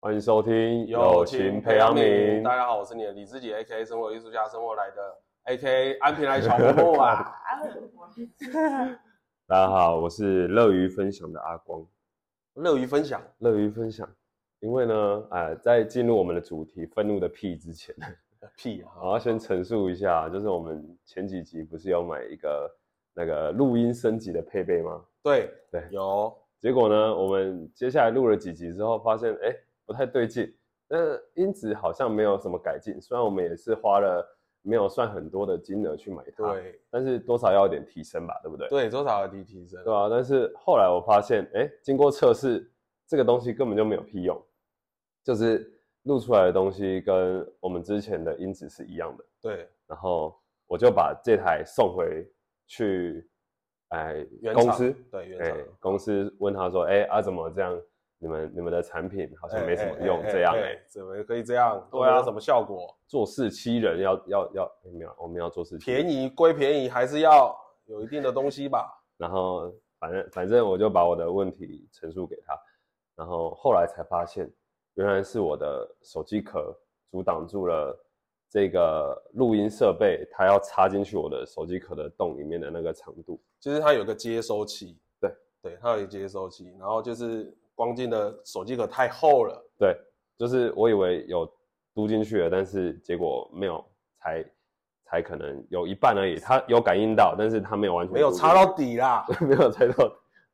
欢迎收听友情培养皿。大家好，我是你的李志杰，A K A 生活艺术家，生活来的 A K A 安平来小朋友啊。 大家好，我是乐于分享的阿光，乐于分享，乐于分享。因为呢，哎，在进入我们的主题“愤怒的屁”之 前，屁啊！我要先陈述一下，就是我们前几集不是有买一个那个录音升级的配备吗？对对有结果呢，我们接下来录了几集之后，发现哎不太对劲，那音质好像没有什么改进。虽然我们也是花了没有算很多的金额去买它，，对但是多少要有点提升吧，对不对？对，多少有提提升？对啊，但是后来我发现，哎，经过测试，这个东西根本就没有屁用，就是录出来的东西跟我们之前的音质是一样的。对，然后我就把这台送回去，哎，原厂公司，对原哎厂，公司问他说，哎，啊怎么这样？你们你们的产品好像没什么用，这样、哎哎哎哎哎怎么可以这样？对啊都没有什么效果？做事欺人要要要、哎没有，我们要做事欺人便宜归便宜，还是要有一定的东西吧。然后反正反正我就把我的问题陈述给他，然后后来才发现，原来是我的手机壳阻挡住了这个录音设备，它要插进去我的手机壳的洞里面的那个长度。就是它有个接收器，对对，它有一个接收器，然后就是光进的手机壳太厚了，对，就是我以为有嘟进去了，但是结果没有，才才可能有一半而已。它有感应到，但是它没有完全没有嘟进插去到底啦。 没有猜到。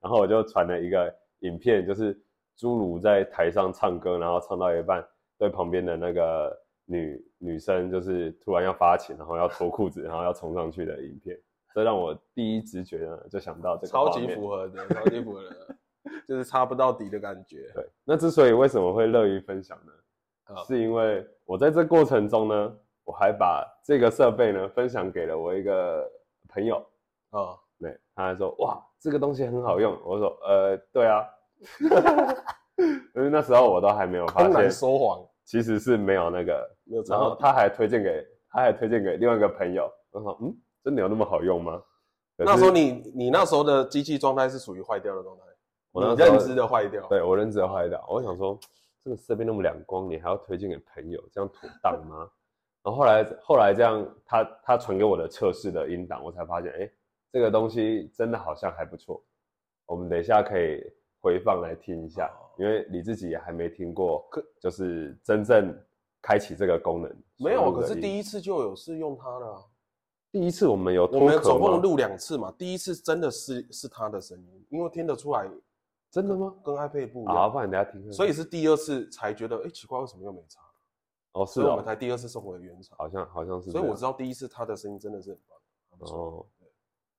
然后我就传了一个影片，就是侏儒在台上唱歌，然后唱到一半，对旁边的那个女女生就是突然要发情，然后要脱裤子，然后要冲上去的影片。这让我第一直觉呢就想到啊这个超画级面符合的， 超级符合 的，就是插不到底的感觉。对。那之所以为什么会乐于分享呢？啊，是因为我在这过程中呢，我还把这个设备呢分享给了我一个朋友，啊，对，他还说哇，这个东西很好用。我说呃，对啊， 因为那时候我都还没有发很难现，说谎，其实是没有那个。没有插然后到底。他还推荐给，他还推荐给另外一个朋友。我说嗯，真的有那么好用吗？可是那时候你你那时候的机器状态是属于坏掉的状态，我那你时候认知的坏掉。对我认知的坏掉。我想说，这个设备那么亮光，你还要推荐给朋友，这样妥当吗？ 然后后来后来这样，他他传给我的测试的音档，我才发现，哎，这个东西真的好像还不错。我们等一下可以回放来听一下，哦因为你自己也还没听过可，就是真正开启这个功能。没有，啊可是第一一次就有试用它了啊。第一次我们有我脱们壳总共吗？录两次嘛，第一次真的是是它的声音，因为听得出来真的吗？跟 iPad 不一啊，样，不然等一下听看看。所以是第二次才觉得，哎，奇怪，为什么又没插？哦是所以我们哦，才第二次送回原厂。好像好像是这所样。以我知道第一次它的声音真的是很棒，很不错。哦，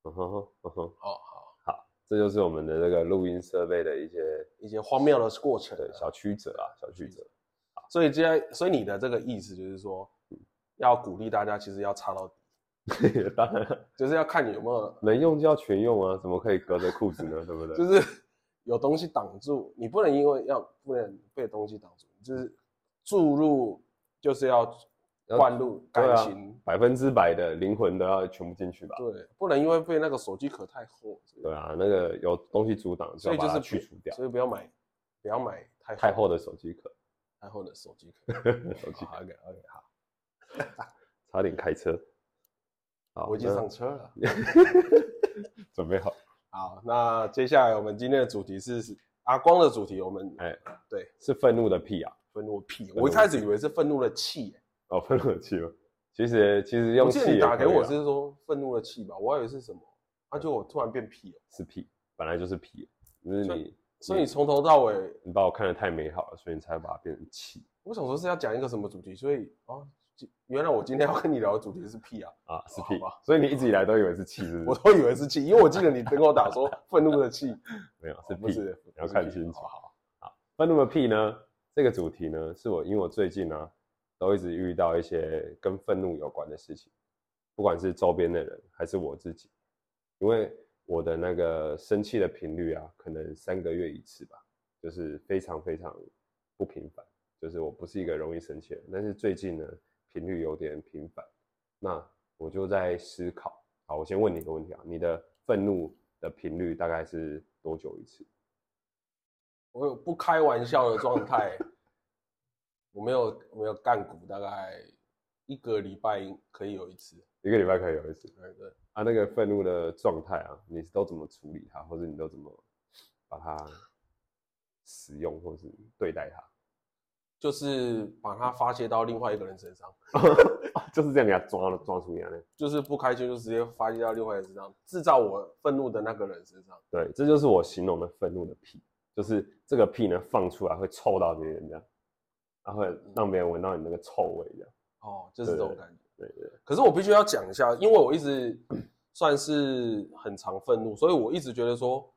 嗯哼哼嗯哼。好哦好，这就是我们的这个录音设备的一些一些荒谬的过程啊。对小曲折啊，小曲折。所以现在，所以你的这个意思就是说，要鼓励大家，其实要插到底， 当然就是要看你有没有，能用就要全用啊，怎么可以隔着裤子呢？对不对？就是 有东西挡住，你不能因为要不能被东西挡住，就是注入就是要要灌入对感啊情，百分之百的灵魂都要全部进去吧。对，不能因为被那个手机壳太厚，对啊，那个有东西阻挡，所以要就把它是去除掉。所以不要买，不要买太太厚的手机壳， 太厚的手机壳，手机壳 OK OK 哦好， 差点开车。好，我已经那上车了。准备好。好，那接下来我们今天的主题是阿光的主题，我们哎，对，是愤怒的屁啊！愤怒的屁，怒我一开始以为是愤怒的气、哦，愤怒的气吗？其实其实欸，用我记气得你也打可给以啊我啦是说愤怒的气吧，我还以为是什么，啊，结果我突然变屁了，是屁，本来就是屁，就是所你所以你从头到尾，你把我看得太美好了，所以你才把它变成气我想说是要讲一个什么主题，所以哦，今原来我今天要跟你聊的主题是屁啊，啊，是屁好吧。所以你一直以来都以为是气，是不我是？都以为是气，因为我记得你跟我打说愤怒的气，没有， 是哦不屁。是，要不是看屁心情好好那那么屁呢？这个主题呢，是我因为我最近呢、啊，都一直遇到一些跟愤怒有关的事情，不管是周边的人还是我自己，因为我的那个生气的频率啊，可能三个月一次吧，就是非常非常不频繁。就是我不是一个容易生气的人，但是最近呢，频率有点频繁。那我就在思考，好，我先问你一个问题啊，你的愤怒的频率大概是多久一次？我有不开玩笑的状态，我没有我没有干股，大概一个礼拜可以有一次。一个礼拜可以有一次对对，啊。那个愤怒的状态啊，你都怎么处理它，或者你都怎么把它使用，或是对待它？ 就是把它发泄到另外一个人身上，就是这样给它抓了抓出来呢。就是不开心就直接发泄到另外一个人身上，制造我愤怒的那个人身上。对，这就是我形容的愤怒的屁，就是这个屁呢放出来会臭到别人这样，然后让别人闻到你那个臭味这样。哦，就是这种感觉。对对对，可是我必须要讲一下，因为我一直算是很常愤怒，所以我一直觉得说，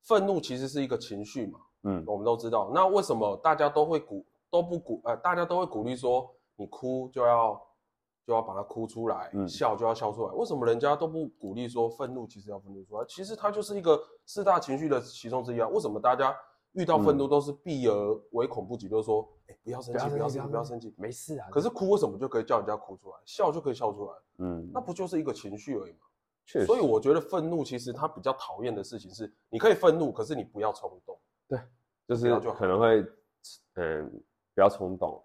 愤怒其实是一个情绪嘛，嗯，我们都知道。那为什么大家都会鼓都不鼓呃，大家都会鼓励说，你哭就要就要把它哭出来，嗯笑就要笑出来？为什么人家都不鼓励说愤怒其实要愤怒出来？其实它就是一个四大情绪的其中之一啊。为什么大家遇到愤怒都是避而唯恐不及，就是说，哎、不要生嗯气，不要生气，不要生气。没事啊。可是哭为什么就可以叫人家哭出来，笑就可以笑出来？嗯那，不就是一个情绪而已嘛。确实，所以我觉得愤怒其实他比较讨厌的事情是，你可以愤怒，可是你不要冲动，就是就好可能会，嗯，不要冲动，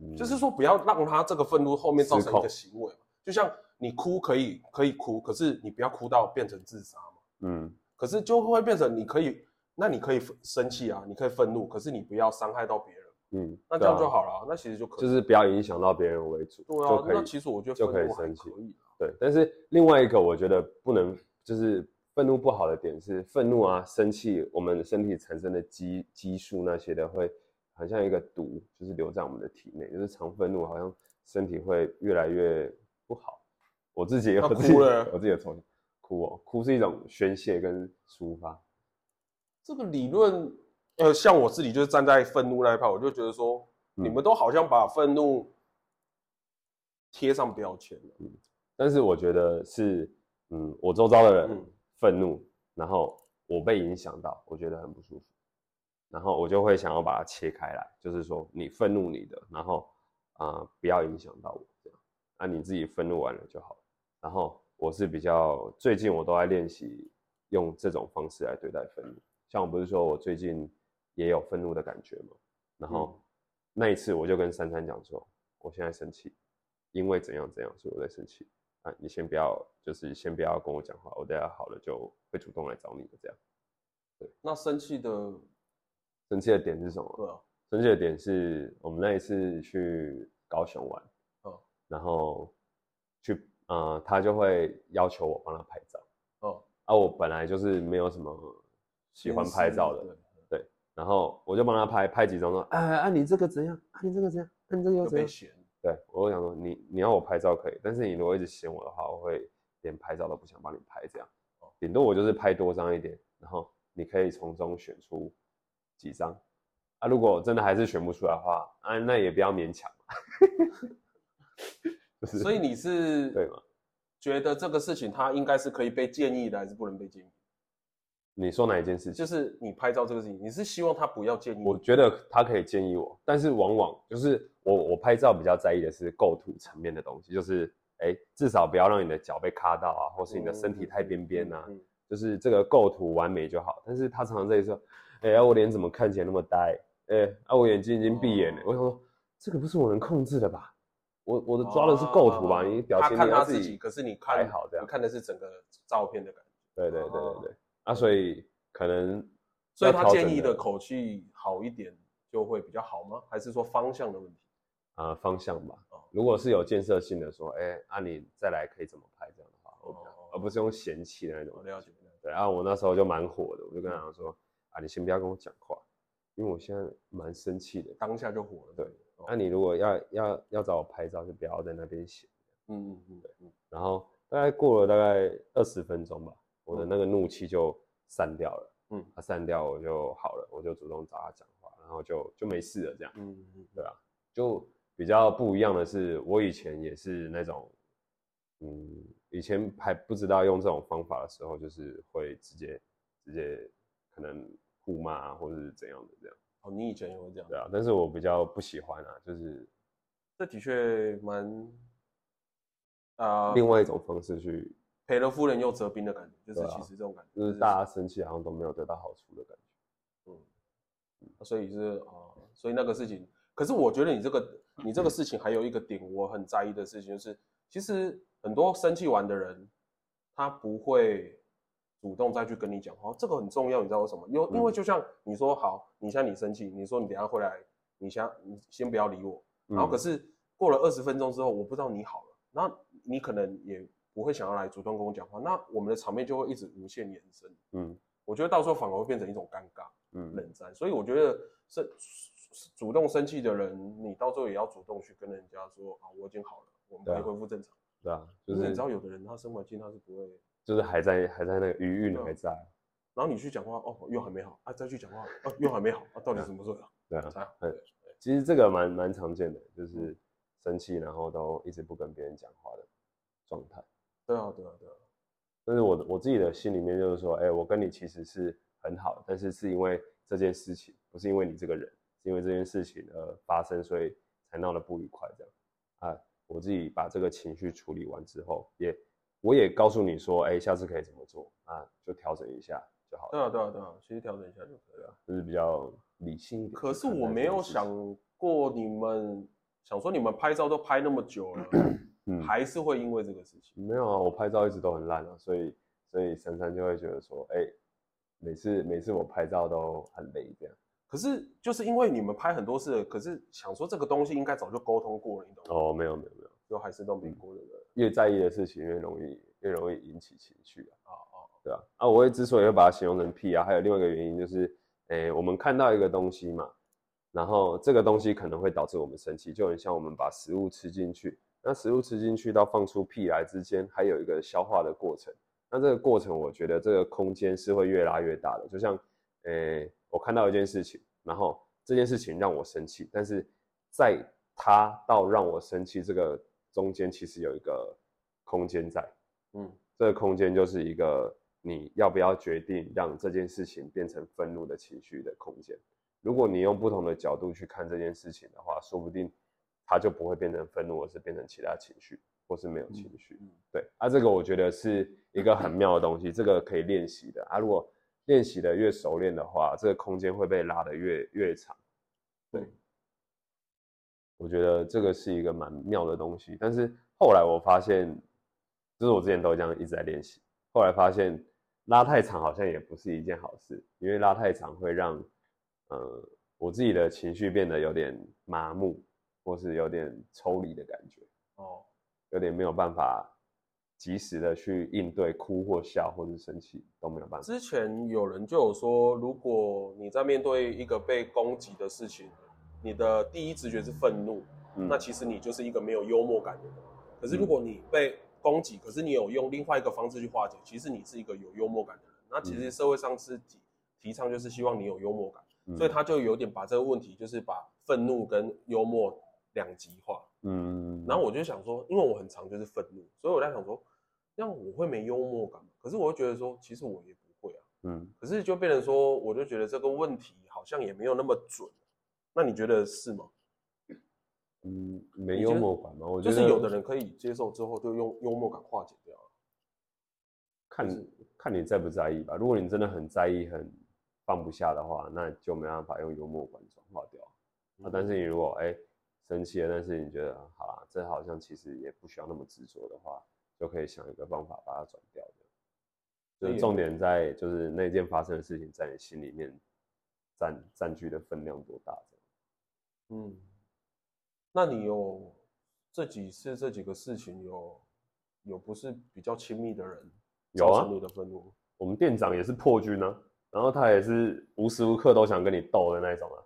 嗯就是说不要让他这个愤怒后面造失成一控个行为嘛。就像你哭可以可以哭，可是你不要哭到变成自杀嘛。嗯，可是就会变成你可以，那你可以生气啊，你可以愤怒，可是你不要伤害到别人，嗯，那这对啊样就好了啊、那其实就可以，就是不要影响到别人为主，对就啊。可那以其实我觉得就可愤以怒还生气可以啊，对，但是另外一个我觉得不能就是愤怒不好的点是愤怒啊、生气，我们身体产生的激激素那些的会很像一个毒，就是留在我们的体内，就是常愤怒好像身体会越来越不好。我自己也那有自己哭了我自己有从哭哦，哭是一种宣泄跟抒发，这个理论，呃，像我自己就是站在愤怒那一派，我就觉得说，嗯你们都好像把愤怒贴上标签了。但是我觉得是嗯，我周遭的人嗯愤怒，然后我被影响到，我觉得很不舒服，然后我就会想要把它切开来，就是说你愤怒你的，然后啊、呃不要影响到我这样，啊你自己愤怒完了就好了。然后我是比较最近我都在练习用这种方式来对待愤怒，像我不是说我最近也有愤怒的感觉嘛，然后嗯那一次我就跟珊珊讲说，我现在生气，因为怎样怎样，所以我在生气。啊，你先不要，就是先不要跟我讲话，我等下好了就会主动来找你的。这样，那生气的，生气的点是什么？对啊，生气的点是我们那一次去高雄玩，哦然后去，呃，他就会要求我帮他拍照，哦，啊，我本来就是没有什么喜欢拍照的，对，然后我就帮他拍，拍几张说，哎、啊，啊你这个怎样？啊，你这个怎样？啊，你这个又就怎被样？嫌。对，我就想说你你要我拍照可以，但是你如果一直嫌我的话，我会连拍照都不想帮你拍这样哦。顶多我就是拍多张一点，然后你可以从中选出几张。啊，如果真的还是选不出来的话，啊，那也不要勉强嘛。 就是所以你是对嘛？觉得这个事情它应该是可以被建议的，还是不能被建议？你说哪一件事情？就是你拍照这个事情，你是希望他不要建议你？我觉得他可以建议我，但是往往就是我我拍照比较在意的是构图层面的东西，就是哎、至少不要让你的脚被卡到啊，或是你的身体太边边啊，嗯嗯嗯就是这个构图完美就好。但是他常常在说，哎、啊我脸怎么看起来那么呆？哎、啊，我眼睛已经闭眼了。哦我想说，这个不是我能控制的吧？我我的抓的是构图吧？哦你表他情看你他要自己，可是你看还好这样你看的是整个照片的感觉，对对对哦对对。啊，所以可能所以要他调整建议的口气好一点就会比较好吗？还是说方向的问题？啊、方向吧哦。如果是有建设性的，说，哎、那、你再来可以怎么拍这样的话，我比较哦而不是用嫌弃的那种我。了解。了解对，然、后我那时候就蛮火的，我就嗯跟他讲说，啊，你先不要跟我讲话，因为我现在蛮生气的。当下就火了。对哦，那、你如果要要要找我拍照，就不要在那边写。嗯嗯嗯嗯，然后大概过了大概二十分钟吧，我的那个怒气就散掉了。嗯，它散掉我就好了，我就主动找他讲话，然后就就没事了这样。嗯嗯对啊，就比较不一样的是，我以前也是那种，嗯，以前还不知道用这种方法的时候，就是会直接直接可能互骂啊，或者是怎样的这样，哦，你以前也会这样对，啊。但是我比较不喜欢啊，就是这的确蛮啊，另外一种方式去，赔了夫人又折兵的感觉，就对是啊其实这种感觉，就是大家生气好像都没有得到好处的感觉。呃嗯，所以是啊，所以那个事情可是我觉得你这个你这个事情还有一个点我很在意的事情，就是其实很多生气完的人，他不会主动再去跟你讲话，哦这个很重要，你知道为什么？因为因为就像你说好，你现在你生气，你说你等一下回来，你先你先不要理我，然嗯后可是过了二十分钟之后，我不知道你好了，那你可能也不会想要来主动跟我讲话，那我们的场面就会一直无限延伸。嗯我觉得到时候反而会变成一种尴尬、嗯，冷战，所以我觉得生主动生气的人，你到最后也要主动去跟人家说啊，我已经好了，我们可对以啊恢复正常。对啊，就就是你是知道，有的人他生完气他是不会，就是还在还在那个余韵对啊还在，然后你去讲话哦，又还没好啊，再去讲话哦，又还没好啊，到底什么时候好对啊，才好？很其实这个蛮蛮常见的，嗯就是生气然后都一直不跟别人讲话的状态。对啊，对啊，对啊，但是我的我自己的心里面就是说，哎、我跟你其实是很好，但是是因为这件事情，不是因为你这个人，是因为这件事情而发生，所以才闹得不愉快这样。啊，我自己把这个情绪处理完之后，也我也告诉你说，哎、下次可以怎么做啊，就调整一下就好对了，啊，对啊，对啊，其实调整一下就可以了。就是比较理性啊一点去看可待这件事是情。我没有想过你们想说你们拍照都拍那么久了， 嗯还是会因为这个事情。没有啊，我拍照一直都很烂啊，所以所以珊珊就会觉得说，哎、每次每次我拍照都很累这样。可是就是因为你们拍很多次了，可是想说这个东西应该早就沟通过了，你懂吗？哦，没有没有没有，就还是都没过的人。越在意的事情越容易越容易引起情绪啊，哦哦，对啊。啊，我会之所以会把它形容成屁啊，还有另外一个原因就是，哎、我们看到一个东西嘛，然后这个东西可能会导致我们生气，就很像我们把食物吃进去，那食物吃进去到放出屁来之间，还有一个消化的过程。那这个过程，我觉得这个空间是会越拉越大的。就像，呃，我看到一件事情，然后这件事情让我生气，但是在它到让我生气这个中间，其实有一个空间在。嗯，这个空间就是一个你要不要决定让这件事情变成愤怒的情绪的空间。如果你用不同的角度去看这件事情的话，说不定它就不会变成愤怒，而是变成其他情绪，或是没有情绪。嗯嗯对，啊，这个我觉得是一个很妙的东西，这个可以练习的啊。如果练习的越熟练的话，这个空间会被拉得越越长。对嗯，我觉得这个是一个蛮妙的东西。但是后来我发现，就是我之前都这样一直在练习，后来发现拉太长好像也不是一件好事，因为拉太长会让呃我自己的情绪变得有点麻木，或是有点抽离的感觉。哦，有点没有办法及时的去应对哭或笑或是生气都没有办法。之前有人就有说，如果你在面对一个被攻击的事情，你的第一直觉是愤怒，嗯那其实你就是一个没有幽默感的人。可是如果你被攻击，可是你有用另外一个方式去化解，其实你是一个有幽默感的人。那其实社会上是提提倡就是希望你有幽默感，嗯所以他就有点把这个问题就是把愤怒跟幽默两极化。嗯，然后我就想说，因为我很常就是愤怒，所以我在想说，这样我会没幽默感吗？可是我会觉得说，其实我也不会啊。嗯，可是就变成说，我就觉得这个问题好像也没有那么准。那你觉得是吗？嗯，没你觉幽得默感嘛，我觉就得是有的人可以接受之后，就用幽默感化解掉了。看看你在不在意吧。如果你真的很在意、很放不下的话，那就没办法用幽默感转化掉。啊，但是你如果哎、生气了，但是你觉得好啦，这好像其实也不需要那么执着的话，就可以想一个方法把它转掉的。所就以是重点在就是那件发生的事情在你心里面占占据的分量多大这样嗯，那你有这几次这几个事情有有不是比较亲密的人有啊造成你的愤怒吗？我们店长也是破军啊，然后他也是无时无刻都想跟你斗的那一种啊。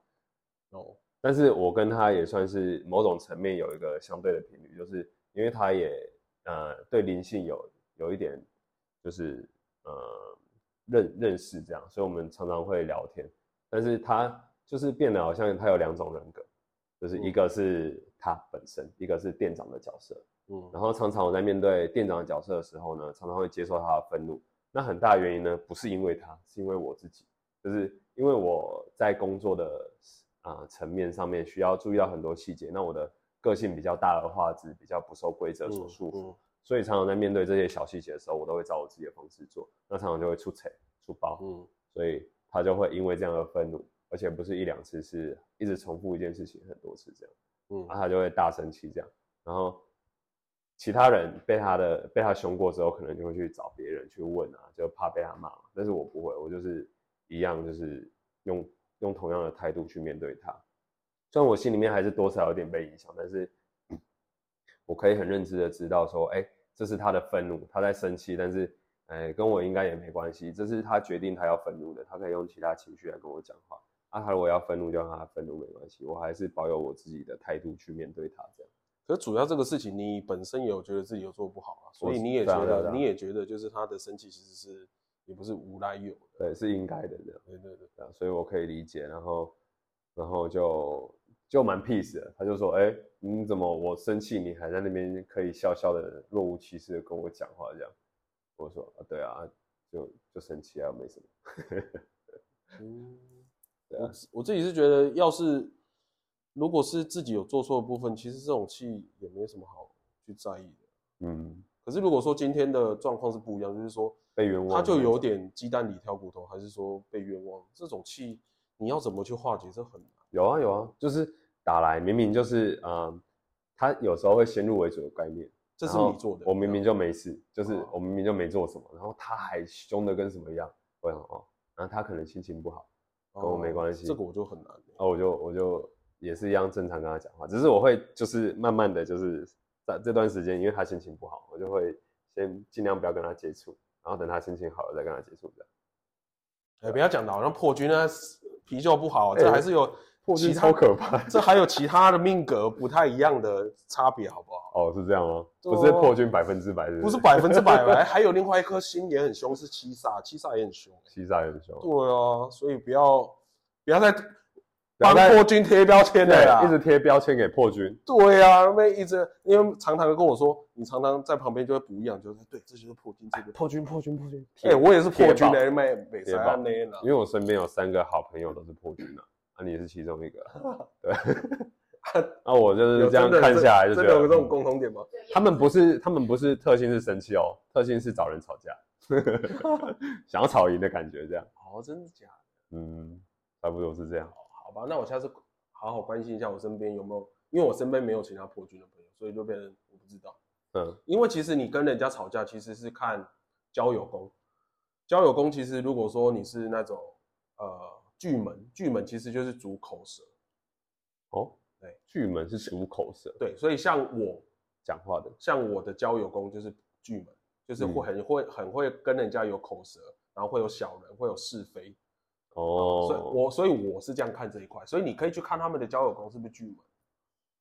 哦，但是我跟他也算是某种层面有一个相对的频率，就是因为他也呃对灵性有有一点就是呃认认识这样，所以我们常常会聊天。但是他就是变得好像他有两种人格，就是一个是他本身，一个是店长的角色。嗯，然后常常我在面对店长的角色的时候呢，常常会接受他的愤怒。那很大的原因呢，不是因为他，是因为我自己，就是因为我在工作的啊、呃层面上面需要注意到很多细节。那我的个性比较大而化之，比较不受规则所嗯束缚，嗯所以常常在面对这些小细节的时候，我都会照我自己的方式做。那常常就会出丑、出包，嗯所以他就会因为这样而愤怒。而且不是一两次，是一直重复一件事情很多次这样，嗯然后他就会大生气这样，然后其他人被他的被他凶过之后，可能就会去找别人去问啊，就怕被他骂嘛，但是我不会，我就是一样，就是用用同样的态度去面对他，虽然我心里面还是多少有点被影响，但是 我可以很认知的知道说，哎，这是他的愤怒，他在生气，但是。哎，跟我应该也没关系，这是他决定他要愤怒的，他可以用其他情绪来跟我讲话。啊，他如果要愤怒就让他愤怒没关系，我还是保有我自己的态度去面对他这样。可是主要这个事情，你本身也有觉得自己有做不好啊，所以我你也对啊觉对啊对得，啊你也觉得就是他的生气其实是也不是无来由的，对，是应该的这样，对对对，对啊所以我可以理解。然后，然后就就蛮 peace 的，他就说，哎，你怎么我生气你还在那边可以笑笑的若无其事的跟我讲话这样？我说，啊对啊，就就生气啊，没什么。嗯，对啊我自我自己是觉得，要是如果是自己有做错的部分，其实这种气也没什么好去在意的。嗯，可是如果说今天的状况是不一样，就是说被冤枉他就的那有种点鸡蛋里挑骨头，还是说被冤枉，这种气你要怎么去化解，这很难。有啊有啊，就是打来明明就是啊、呃他有时候会先入为主的概念，这是然后你做的，我明明就没事，就是哦我明明就没做什么，然后他还凶的跟什么一样，我想哦，然后他可能心情不好，哦跟我没关系这个我就很难。然后我就我就也是一样正常跟他讲话，只是我会就是慢慢的就是在这段时间，因为他心情不好，我就会先尽量不要跟他接触，然后等他心情好了再跟他接触这样。哎，不要讲的好像破军呢脾气不好，这哎还是有破其军他超可怕这还有其他的命格不太一样的差别，好不好？哦，是这样吗？对啊不是破军百分之百是不是是百分之百吧？还有另外一颗心也很凶，是七煞，七煞也很凶。欺诈人凶，对啊，所以不要不要再要帮再破军贴标签了啦。对，一直贴标签给破军。对呀、啊，那一直因为常常跟我说，你常常在旁边就会不一样，就是对，这就是破军，这个破军，破军，破军。哎、我也是破铁军宝的，妹北铁山宝那啦因为我身边有三个好朋友都是破军啊，啊，你也是其中一个啊， 对，啊，我就是这样看下来就觉真的有这种得，嗯共同点吗？他们不是他们不是特性是生气哦，特性是找人吵 架，想要吵赢的感觉，这样，哦，真的假的？嗯，差不多是这样。好吧，那我下次好好关心一下我身边有没有，因为我身边没有其他破军的朋友，所以就变成我不知道。嗯，因为其实你跟人家吵架，其实是看交友功。交友功其实如果说你是那种呃巨门，巨门其实就是主口舌，哦，对，巨门是出口舌对，所以像我讲话的，像我的交友功就是巨门，就是会很会很会跟人家有口舌，然后会有小人，会有是非。所以哦，我所以我是这样看这一块，所以你可以去看他们的交友功是不是巨门，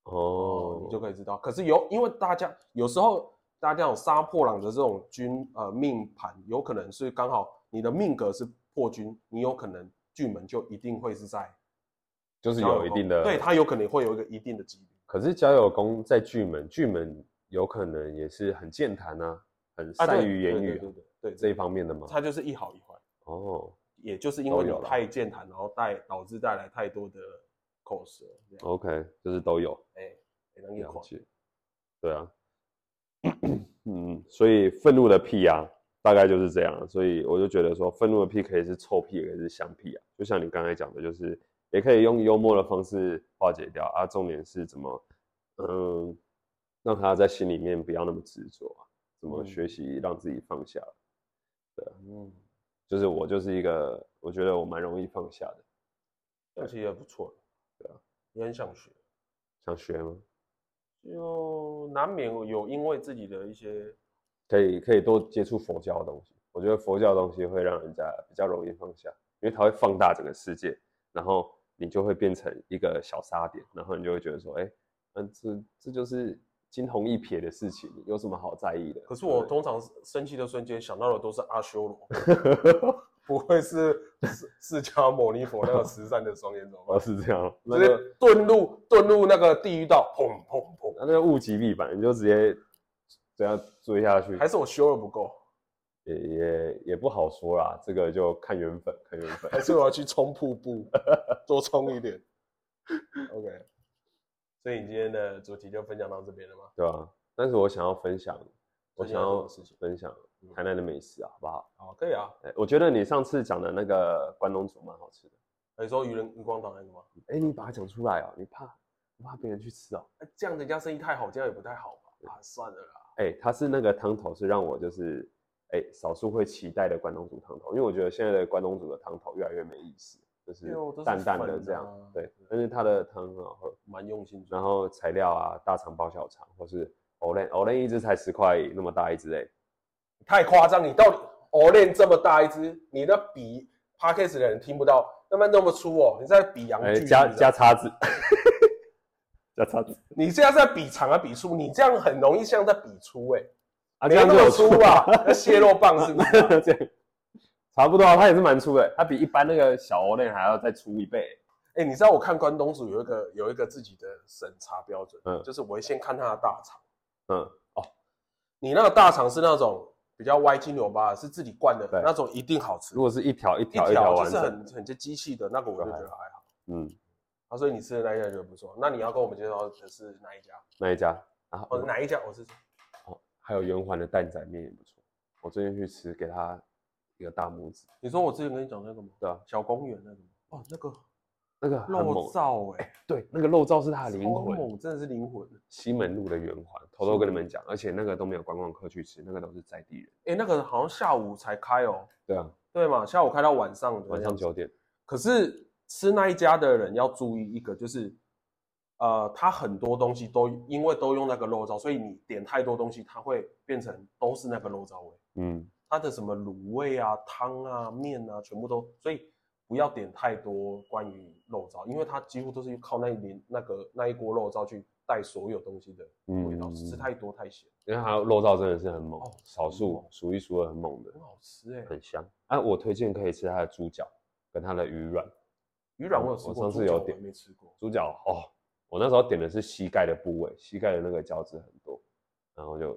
哦哦，，你就可以知道。可是有因为大家有时候大家有杀破狼的这种军呃命盘，有可能是刚好你的命格是破军，你有可能巨门就一定会是在就是交友有一宫定的，对，它有可能会有一个一定的几率。可是交友功在巨门，巨门有可能也是很健谈啊，很啊对善于言语对对啊对对对这一方面的吗？它就是一好一坏。哦也就是因为都你有啦太健谈，然后带导致带来太多的口舌，这样，OK，就是都有哎，哎能一了口解。对啊， 嗯，所以愤怒的屁啊，大概就是这样。所以我就觉得说，愤怒的屁可以是臭屁，也可以是香屁啊。就像你刚才讲的，就是也可以用幽默的方式化解掉啊。重点是怎么，嗯，让他在心里面不要那么执着啊，怎么嗯学习让自己放下。嗯，就是我就是一个，我觉得我蛮容易放下的。这其实也不错，对啊，也很想学，想学吗？就难免有因为自己的一些，可以可以多接触佛教的东西。我觉得佛教的东西会让人家比较容易放下，因为它会放大整个世界，然后你就会变成一个小沙点，然后你就会觉得说，哎，嗯，这这就是惊鸿一瞥的事情，有什么好在意的？ 可是我对通常生气的瞬间想到的都是阿修罗，不会是释释迦牟尼佛那个慈善的双眼怎么不对 哦是这样，那办？直个接遁入遁入那个地狱道，砰砰砰，那个物极必反，你就直接这样追下去，还是我修的不够，也也也不好说啦，这个就看缘分，看缘分。还是我要去冲瀑布，多冲一点。OK，所以你今天的主题就分享到这边了吗？对啊，但是我想要分享，我分想享什么要事情分享嗯台南的美食啊，好不好？好，可以啊。哎我觉得你上次讲的那个关东煮蛮好吃的，你说愚人愚光党那个吗？哎，你把它讲出来哦，你怕不怕别人去吃哦？哎，这样人家生意太好，这样也不太好吧？啊，算了啦。哎，它是那个汤头是让我就是哎少数会期待的关东煮汤头，因为我觉得现在的关东煮的汤头越来越没意思，就是对哦都是淡淡的粉这样。啊对，但是它的汤很好喝，蛮用心做然后材料啊大肠包小肠或是 o l e n o l e n 一只才十块那么大一只哎、太夸张！你到底 o l 这么大一只，你的比 p a c k a g e 的人听不到，那么那么粗哦，你在比洋哎、距、加加，叉子， 加叉子你现在在比长啊比粗，你这样很容易像在比粗哎、啊，没这有样那就么有啊粗醋 啊吧？ 那蟹肉棒是不 是、啊？这样差不多啊，它也是蛮粗的，它比一般那个小欧链还要再粗一倍。哎、你知道我看关东煮有一个有一个自己的审查标准，嗯就是我会先看它的大肠。哦嗯，你那个大肠是那种比较歪七扭八的，是自己灌的对那种，一定好吃。如果是一条一一条一条条完就整，是很很接机器的那个，我就觉得哎还好。嗯，啊，所以你吃的那一家就不错。那你要跟我们介绍的是哪一家？那一家，然哦，后哪一家？我是还有圆环的蛋仔面也不错，我最近去吃，给他一个大拇指，你说我之前跟你讲那个吗？对啊，小公园那个吗？哦，那个那个很肉猛，燥哎、对，那个肉燥是他欸，的灵超魂，猛，真的是灵魂。西门路的圆环，偷偷跟你们讲，而且那个都没有观光客去吃，那个都是在地人，哎、那个好像下午才开哦，对啊，对嘛？下午开到晚上的样子，晚上九点，可是吃那一家的人要注意一个，就是，呃，他很多东西都因为都用那个肉燥，所以你点太多东西，它会变成都是那个肉燥味。嗯，它的什么卤味啊、汤啊、面啊，全部都，所以不要点太多关于肉燥，因为它几乎都是靠那一连那个那一锅肉燥去带所有东西的味道，嗯吃太多太咸，因为它肉燥真的是很猛哦，少很数猛数一数二很猛的，很好吃哎、很香。啊，我推荐可以吃它的猪脚跟它的鱼软。鱼软我有吃我过，上次猪脚有我点还没吃过。猪脚哦，我那时候点的是膝盖的部位，膝盖的那个胶质很多，然后就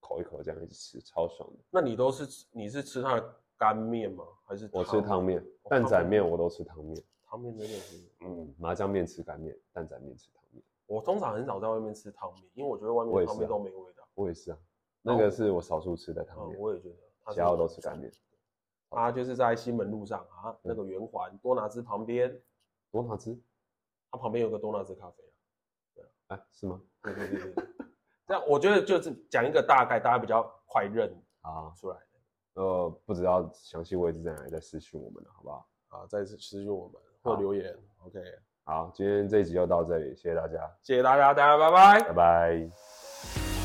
口一口这样一直吃，超爽的。那你都是吃你是吃它的干面吗？还是我吃汤面哦、蛋仔面，我都吃汤面。汤面真的是，嗯，麻酱面吃干面，蛋仔面吃汤面。我通常很少在外面吃汤面，因为我觉得外我面也汤是啊面都没味道。我也是啊，那然后个是哦我少数吃的汤嗯，面，我也觉得它是其他我都吃干面。它就是在西门路上啊，那嗯个圆环多拿滋旁边，多好吃。它旁边有个多纳兹咖啡啊。哎、是吗？对对对对对。这样我觉得就是讲一个大概，大家比较快认好，出来呃，不知道详细位置在哪里，再私讯我们了，好不好？啊。再次私讯我们或好留言，OK，好，今天这一集就到这里，谢谢大家，谢谢大家，大家拜拜拜。拜。